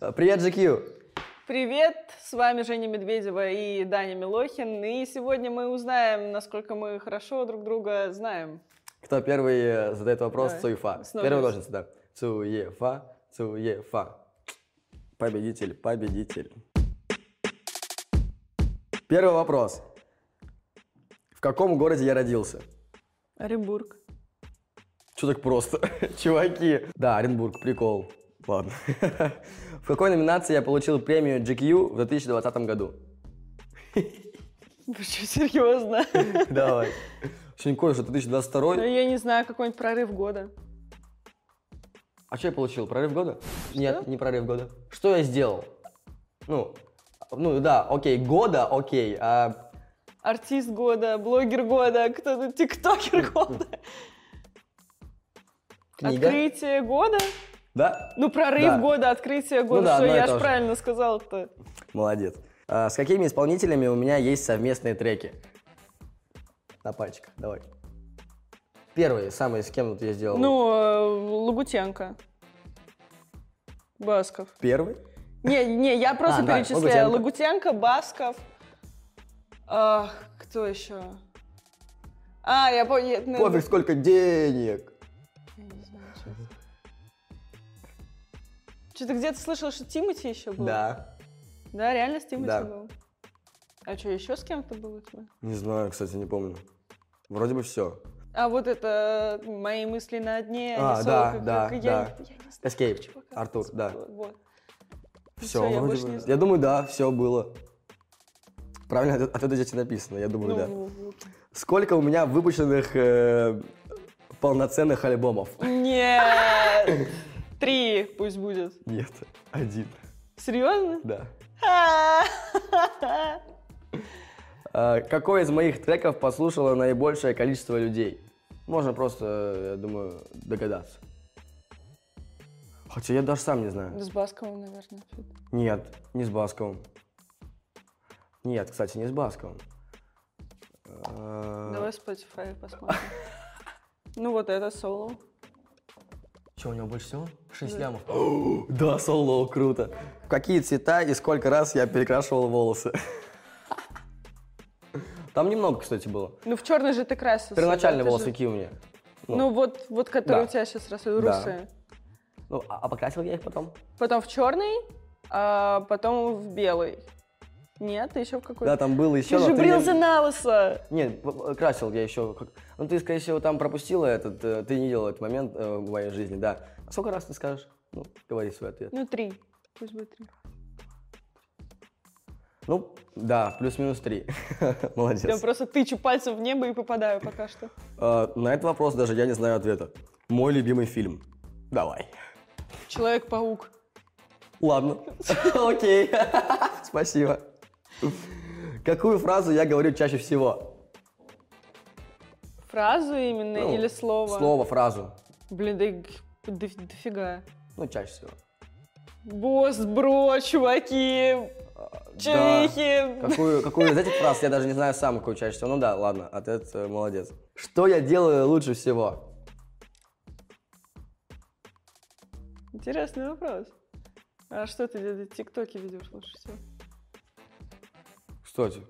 Э, Привет, GQ! Привет, с вами Женя Медведева и Даня Милохин, и сегодня мы узнаем, насколько мы хорошо друг друга знаем. Кто первый э, задает вопрос? Давай. Цуефа. Снова Первый я. должен да. Цуефа, Цуефа. Победитель, победитель. Первый вопрос. В каком городе я родился? Оренбург. Что так просто? Чуваки. Да, Оренбург, прикол. Ладно. В какой номинации я получил премию GQ в 2020 году? Вы что, серьезно? Давай. Сегодня кое 2022. Ну, я не знаю, какой-нибудь прорыв года. А что я получил? Прорыв года? Нет, не прорыв года. Что я сделал? Ну, ну да, окей, года, окей. А, Артист года, блогер года, кто-то тиктокер года. книга. Открытие года? Да? Ну, прорыв Да. Ну года, открытие года, да, что одно и я то ж же. правильно сказал-то. Молодец. А, с какими исполнителями у меня есть совместные треки? На пальчиках, давай. Первый, самый, с кем вот я сделал? Ну, э, Лагутенко. Басков. Первый? Не, не, я просто А, да, перечисляю. Лагутенко. Лагутенко, Басков. Ах, кто еще? А, я помню. Пофиг, сколько денег. Что-то где-то слышала, что Тимати еще был? Да. Да, реально с Тимати Да. был. А что, еще с кем-то был у тебя? Не знаю, кстати, не помню. Вроде бы все. А вот это мои мысли на дне. А, рисовок, да, как- да, как я, да. не- я не знаю, Escape, чувака, Артур, да. вот, вот. Все, Всё, я вроде больше бы. не Я, знаю. думаю, да, все было. Правильно ответ- ответ здесь и написано, я думаю, Ну, да. вот. Сколько у меня выпущенных э, полноценных альбомов? Нет. Три пусть будет. Нет, один, Серьезно? да. А. А, какой из моих треков послушало наибольшее количество людей? Можно просто, я думаю, догадаться. Хотя я даже сам не знаю. С Басковым, наверное. Нет, не с Басковым. Нет, кстати, не с Басковым. А. Давай Spotify посмотрим. Ну вот это соло. Что, у него больше всего? 6 Да. лямов. да, соло, круто. Какие цвета и сколько раз я перекрашивал волосы? Там немного, кстати, было. Ну в черный же ты красился. Первоначально да, ты волосы же- какие у меня? ну. Ну вот, вот которые Да. у тебя сейчас росли, русые. Ну, а, а покрасил я их потом? Потом в черный, а потом в белый. Нет, ты еще в какой-то. Да, там было еще... Ты же брился на лысо. Нет, п- красил я еще. как- Ну, ты, скорее всего, там пропустила этот... э, Ты не делал этот момент э, в моей жизни, да. А Сколько раз ты скажешь? Ну, говори свой ответ. Ну три. Пусть будет три. Ну, да, плюс-минус три. Молодец. Я просто тычу пальцем в небо и попадаю пока что. А, на этот вопрос даже я не знаю ответа. Мой любимый фильм. Давай. Человек-паук. Ладно. Окей. Спасибо. Какую фразу я говорю чаще всего? Фразу именно Ну, или слово? Слово, фразу. Блин, да и г- доф- дофига. Ну, чаще всего. Босс, бро, чуваки, А, чувихи. Какую, какую из этих фраз я даже не знаю сам, какую чаще всего. Ну да, ладно, ответ э, молодец. Что я делаю лучше всего? Интересный вопрос. А что ты где-то тиктоки ведешь лучше всего? Кстати.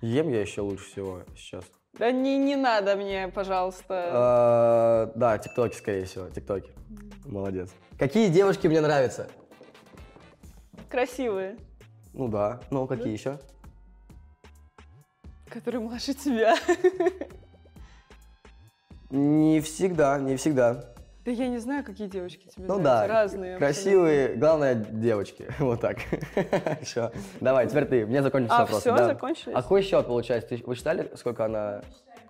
Ем я еще лучше всего сейчас. Да не, не надо мне, пожалуйста. А, Да, тиктоки, скорее всего, тиктоки. Молодец. Какие девушки мне нравятся? Красивые, Ну да. Ну, какие еще? которые младше тебя. Не всегда, не всегда. Да я не знаю, какие девочки тебе Ну нравятся. да, Разные. красивые, главное, девочки. Вот так. Все. Давай, теперь ты. Мне закончился А, вопрос. всё, да. закончились? А какой счет получается? Ты- Вы считали, сколько она... абсолютно.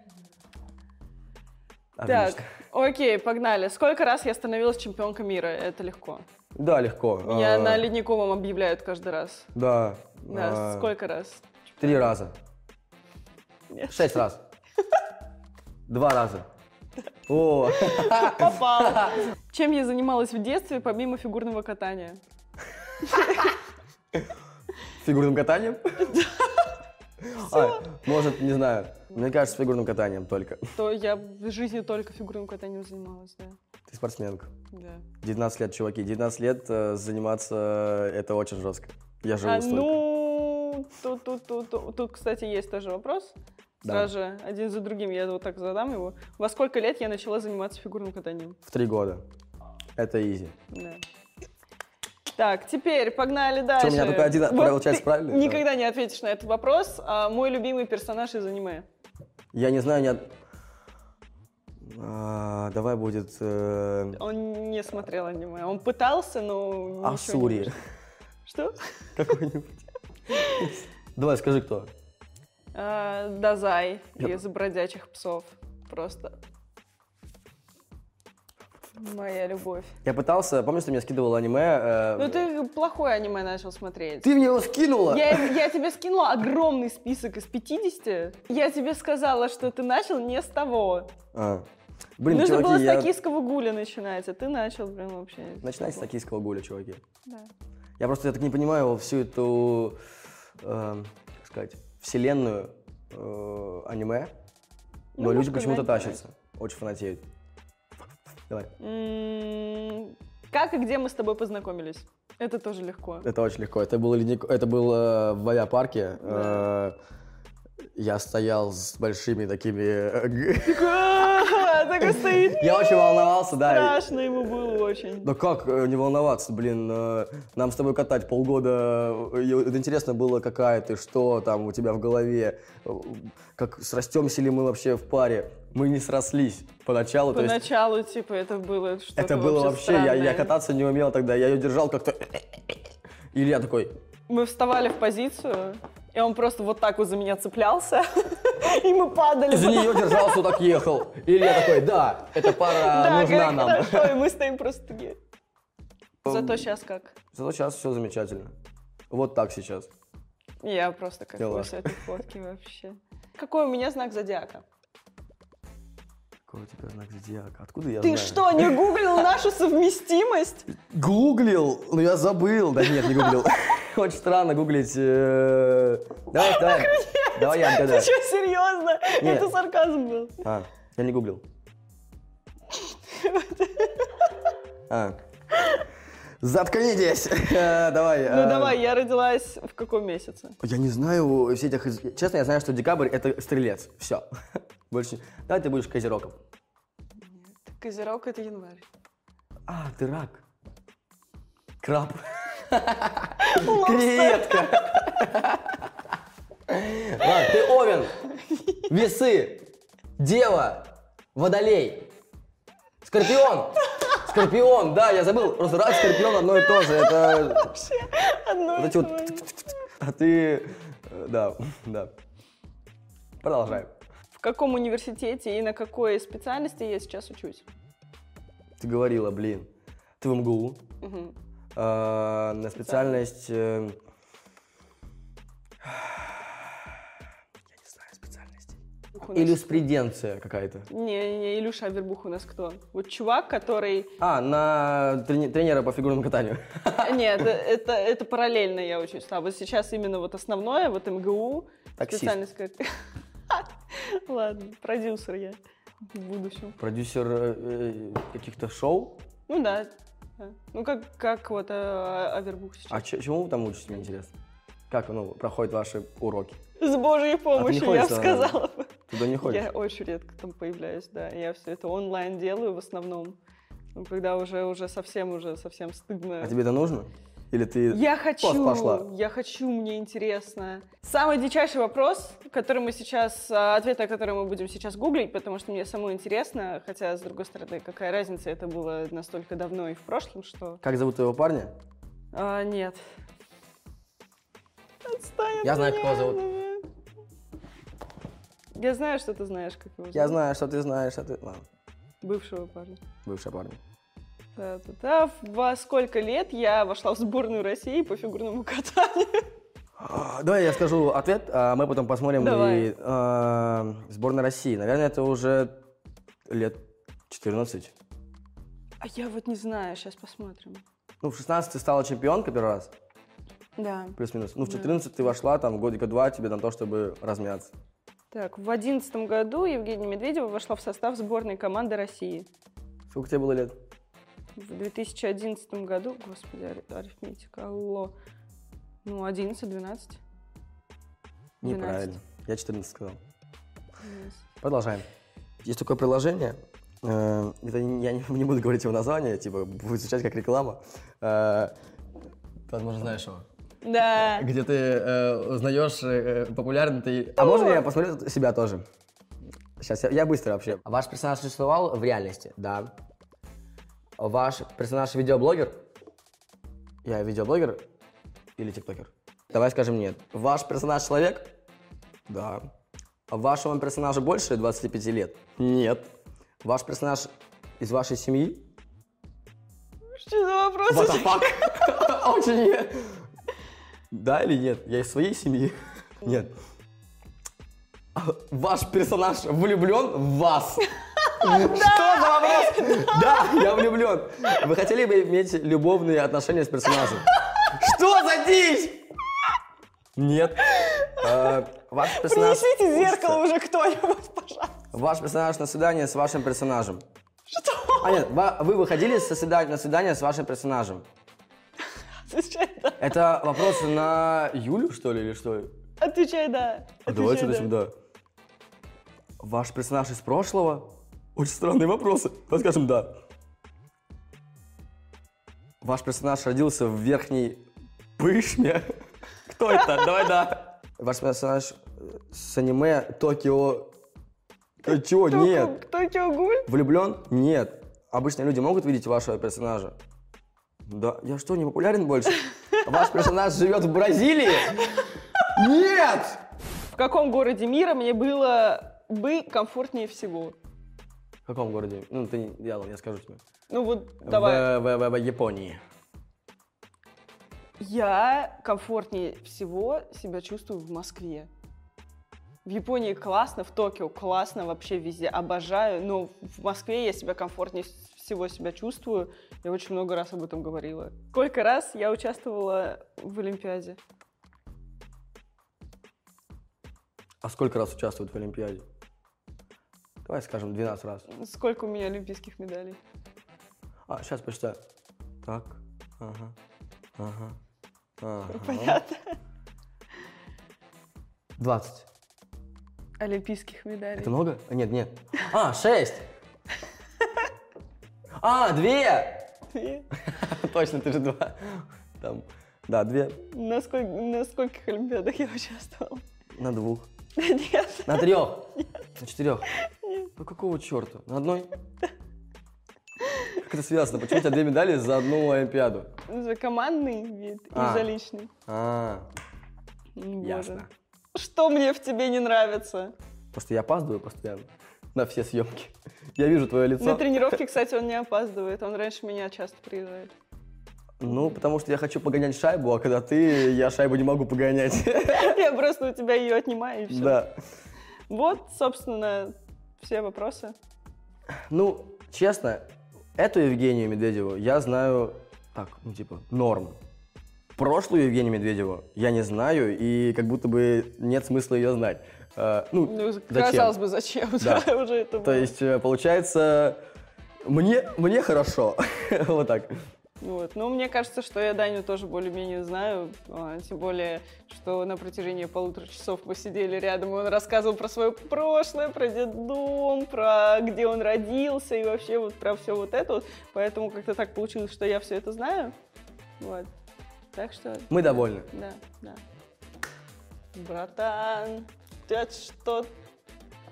Отлично. Так, окей, погнали. Сколько раз я становилась чемпионкой мира? Это легко. Да, легко. Меня А, на ледниковом объявляют каждый раз. Да. А, Да, сколько раз? Три раза. Нет. Шесть раз. Два раза. О, Попала. Чем я занималась в детстве, помимо фигурного катания? фигурным катанием? А, может, не знаю. Мне кажется, с фигурным катанием только. То я в жизни только фигурным катанием занималась, да. Ты спортсменка. да. 19 лет, чуваки. 19 лет э, заниматься э, это очень жестко. Я живу А, столько. ну, тут, тут, тут, тут, тут, кстати, есть тоже вопрос. Давай. Сразу же, один за другим, я вот так задам его. Во сколько лет я начала заниматься фигурным катанием? В три года. Это изи. Да. Так, теперь погнали дальше. меня только один отправил часть ты правильно? Никогда не ответишь на этот вопрос. А мой любимый персонаж из аниме. Я не знаю, ни од- А, давай будет... э, Он не смотрел аниме. Он пытался, но ничего Ну, не Асури. вышло. Что? Какой-нибудь. Давай, скажи, кто. А, Дазай Я- из бродячих псов. Просто. Моя любовь. Я пытался... Помнишь, ты мне скидывал аниме? э, Ну ты плохое аниме начал смотреть. Ты мне его скинула? Я, я тебе скинула огромный список из 50. Я тебе сказала, что ты начал не с того. А. Блин, Нужно чуваки, было я- с токийского гуля начинать, а ты начал прям вообще. Начинайте с токийского гуля, чуваки. Да. Я просто я так не понимаю всю эту, э, как сказать, вселенную э, аниме, но Ну, люди можно почему-то назвать. тащатся, очень фанатеют. Давай, М, Как и где мы с тобой познакомились? Это тоже легко. это очень легко. Это было, ледник- это было в авиапарке. э, я стоял с большими такими... э, г- А, Так и стоит. Я очень волновался, да. и- Страшно ему было очень. Да как э, не волноваться, блин, э, нам с тобой катать полгода, э, и вот интересно было, какая ты, что там у тебя в голове, э, как срастемся ли мы вообще в паре. Мы не срослись поначалу, то есть Поначалу, типа, это было что-то это было вообще, я, я странное. кататься не умел тогда, я ее держал как-то, или я такой, Мы вставали в позицию, и он просто вот так вот за меня цеплялся, и мы падали. за нее держался, вот так ехал, или я такой, да, эта пара Да, а нужна как нам. хорошо, и мы стоим просто такие. Зато сейчас как? Зато сейчас все замечательно. Вот так сейчас. Я просто как Дела. с этой фотки вообще. Какой у меня знак зодиака? Какой у тебя знак зодиака? а, Откуда я знаю? Ты что, не гуглил нашу совместимость? Гуглил, но я забыл. Да нет, не гуглил. Очень странно гуглить. э, Давай, давай. Давай я Ты отгадаю. что, серьезно? Нет. Это сарказм был. А, я не гуглил. А. Заткнитесь. Э, Давай. Ну давай, я родилась в каком месяце? Я не знаю всех этих... из- Честно, я знаю, что декабрь — это стрелец. Все. Больше... не- Давай ты будешь козерогом. Козерог это январь. А, ты рак. Краб. Лобстер. Креветка. Ладно, ты Овен. Весы. Дева. Водолей. Скорпион. Скорпион, да, я забыл. Просто рак, скорпион одно и то же. Это Одно вот и эти то вот... же. А ты... э, Да, да. Продолжаем. В каком университете и на какой специальности я сейчас учусь? Ты говорила, блин. Ты в МГУ. Мгм. э, на специальность... э, Я не знаю специальности. Ух, у нас- Иллюсприденция какая-то. Не, не, Илюша Авербух у нас кто? Вот чувак, который... А, на трени- тренера по фигурному катанию. Нет, э, это, это параллельно я учусь. А вот сейчас именно вот основное, вот МГУ, Таксист. специальность как... Ладно, продюсер я в будущем. Продюсер э, э, каких-то шоу. Ну да. да. Ну как, как вот э, Авербух А сейчас. че- чему вы там учитесь, мне интересно? Как ну, проходят ваши уроки? С божьей помощью, я а ходишь бы туда, сказала. бы. Туда не ходишь? Я очень редко там появляюсь, да. Я все это онлайн делаю в основном. Ну, когда уже, уже совсем, уже совсем стыдно. А тебе это нужно? Или ты... э, Я хочу, пошла. я хочу, мне интересно. Самый дичайший вопрос, который мы сейчас, а, ответ на который мы будем сейчас гуглить, потому что мне самой интересно, хотя, с другой стороны, какая разница, это было настолько давно и в прошлом, что... Как зовут твоего парня? А, нет. Отстань от Я знаю, меня, как его зовут. Давид. Я знаю, что ты знаешь, как его зовут. Я знаю, что ты знаешь, а ты... Ладно, Бывшего парня. бывший парень. Да, да, да. Во сколько лет я вошла в сборную России по фигурному катанию? А, Давай я скажу ответ, а мы потом посмотрим. Давай. И, а, сборная России. Наверное, это уже лет 14. А я вот не знаю, сейчас посмотрим. Ну, в 16 ты стала чемпионкой первый раз. Да. Плюс-минус. Ну, в Да. 14 ты вошла, там, годика два тебе на то, чтобы размяться. Так, в одиннадцатом году Евгения Медведева вошла в состав сборной команды России. Сколько тебе было лет? В 2011 году, господи, ари- арифметика, алло, ну, 11-12. Неправильно. Я 14 сказал. Yes. Продолжаем. Есть такое приложение, э, это не- я не, не буду говорить его название, типа будет звучать как реклама. Э, ты, возможно, знаешь его. Да, Где ты э, узнаешь э, популярный ты... А можно я посмотрю себя тоже? Сейчас, я, я быстро вообще. А Ваш персонаж существовал в реальности? Да. Ваш персонаж видеоблогер? Я видеоблогер или тиктокер? Давай скажем нет. Ваш персонаж человек? Да. А Вашему персонажу больше 25 лет? Нет. Ваш персонаж из вашей семьи? что за вопрос? What the fuck? Очень не- Да или нет? Я из своей семьи? Нет. А Ваш персонаж влюблен в вас. Что за вопрос? Да, я влюблен. Вы хотели бы иметь любовные отношения с персонажем? Что за дичь? Нет. Э, Ваш персонаж... Принесите зеркало уже кто-нибудь, пожалуйста. Ваш персонаж на свидание с вашим персонажем. Что? А нет, ва- вы выходили со свида- на свидание с вашим персонажем? Отвечай да. Это вопрос на Юлю, что ли, или что? Отвечай да. А давайте Отвечай начнем, да. Ваш персонаж из прошлого? Очень странные вопросы. Давай скажем да. Ваш персонаж родился в верхней пышме. Кто это? Давай да. Ваш персонаж э, с аниме Токио... Э, Чего? Токио- Нет. Токио Гуль? Влюблен? Нет. Обычные люди могут видеть вашего персонажа? Да. Я что, не популярен больше? Ваш персонаж живет в Бразилии? Нет! В каком городе мира мне было бы комфортнее всего? В каком городе? Ну, ты, не- я, ладно, я скажу тебе. Ну вот, давай. В, в- в- в Японии. Я комфортнее всего себя чувствую в Москве. В Японии классно, в Токио классно, вообще везде обожаю, но в Москве я себя комфортнее с- всего себя чувствую. Я очень много раз об этом говорила. Сколько раз я участвовала в Олимпиаде? А сколько раз участвуют в Олимпиаде? Давай скажем 12 раз. Сколько у меня олимпийских медалей? А, сейчас посчитаю. Так, ага, ага, ага. Понятно. 20. Олимпийских медалей. Это много? А, Нет, нет. А, 6! А, 2! Две. Точно, ты же два. Там, да, две. На, сколь- на скольких Олимпиадах я участвовала? На двух. Нет. На трех. На четырех. Ну какого черта? На одной? Как это связано? Почему у тебя две медали за одну Олимпиаду? За Ну, командный вид и А. за личный. А, М, боже. ясно. Что мне в тебе не нравится? Потому что я опаздываю постоянно на все съемки. Я вижу твое На лицо. тренировке, кстати, он не опаздывает. Он раньше меня часто приезжает. Ну, потому что я хочу погонять шайбу, а когда ты, я шайбу не могу погонять. Я просто у тебя ее отнимаю и все. Да. Вот, собственно, все вопросы. Ну, честно, эту Евгению Медведеву я знаю так, ну типа, норм. Прошлую Евгению Медведеву я не знаю, и как будто бы нет смысла ее знать. Э, ну, Ну, Зачем? казалось бы, зачем? Да. Да, уже это то было. есть, э, получается, мне, мне хорошо. вот так. Вот. Ну, мне кажется, что я Даню тоже более-менее знаю, а, тем более, что на протяжении полутора часов мы сидели рядом, и он рассказывал про свое прошлое, про детдом, про где он родился и вообще вот про все вот это вот. Поэтому как-то так получилось, что я все это знаю. Вот. Так что... Мы довольны. Да, да. Братан, ты что?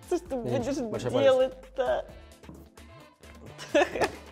Ты что Ничего, будешь большой палец. делать-то?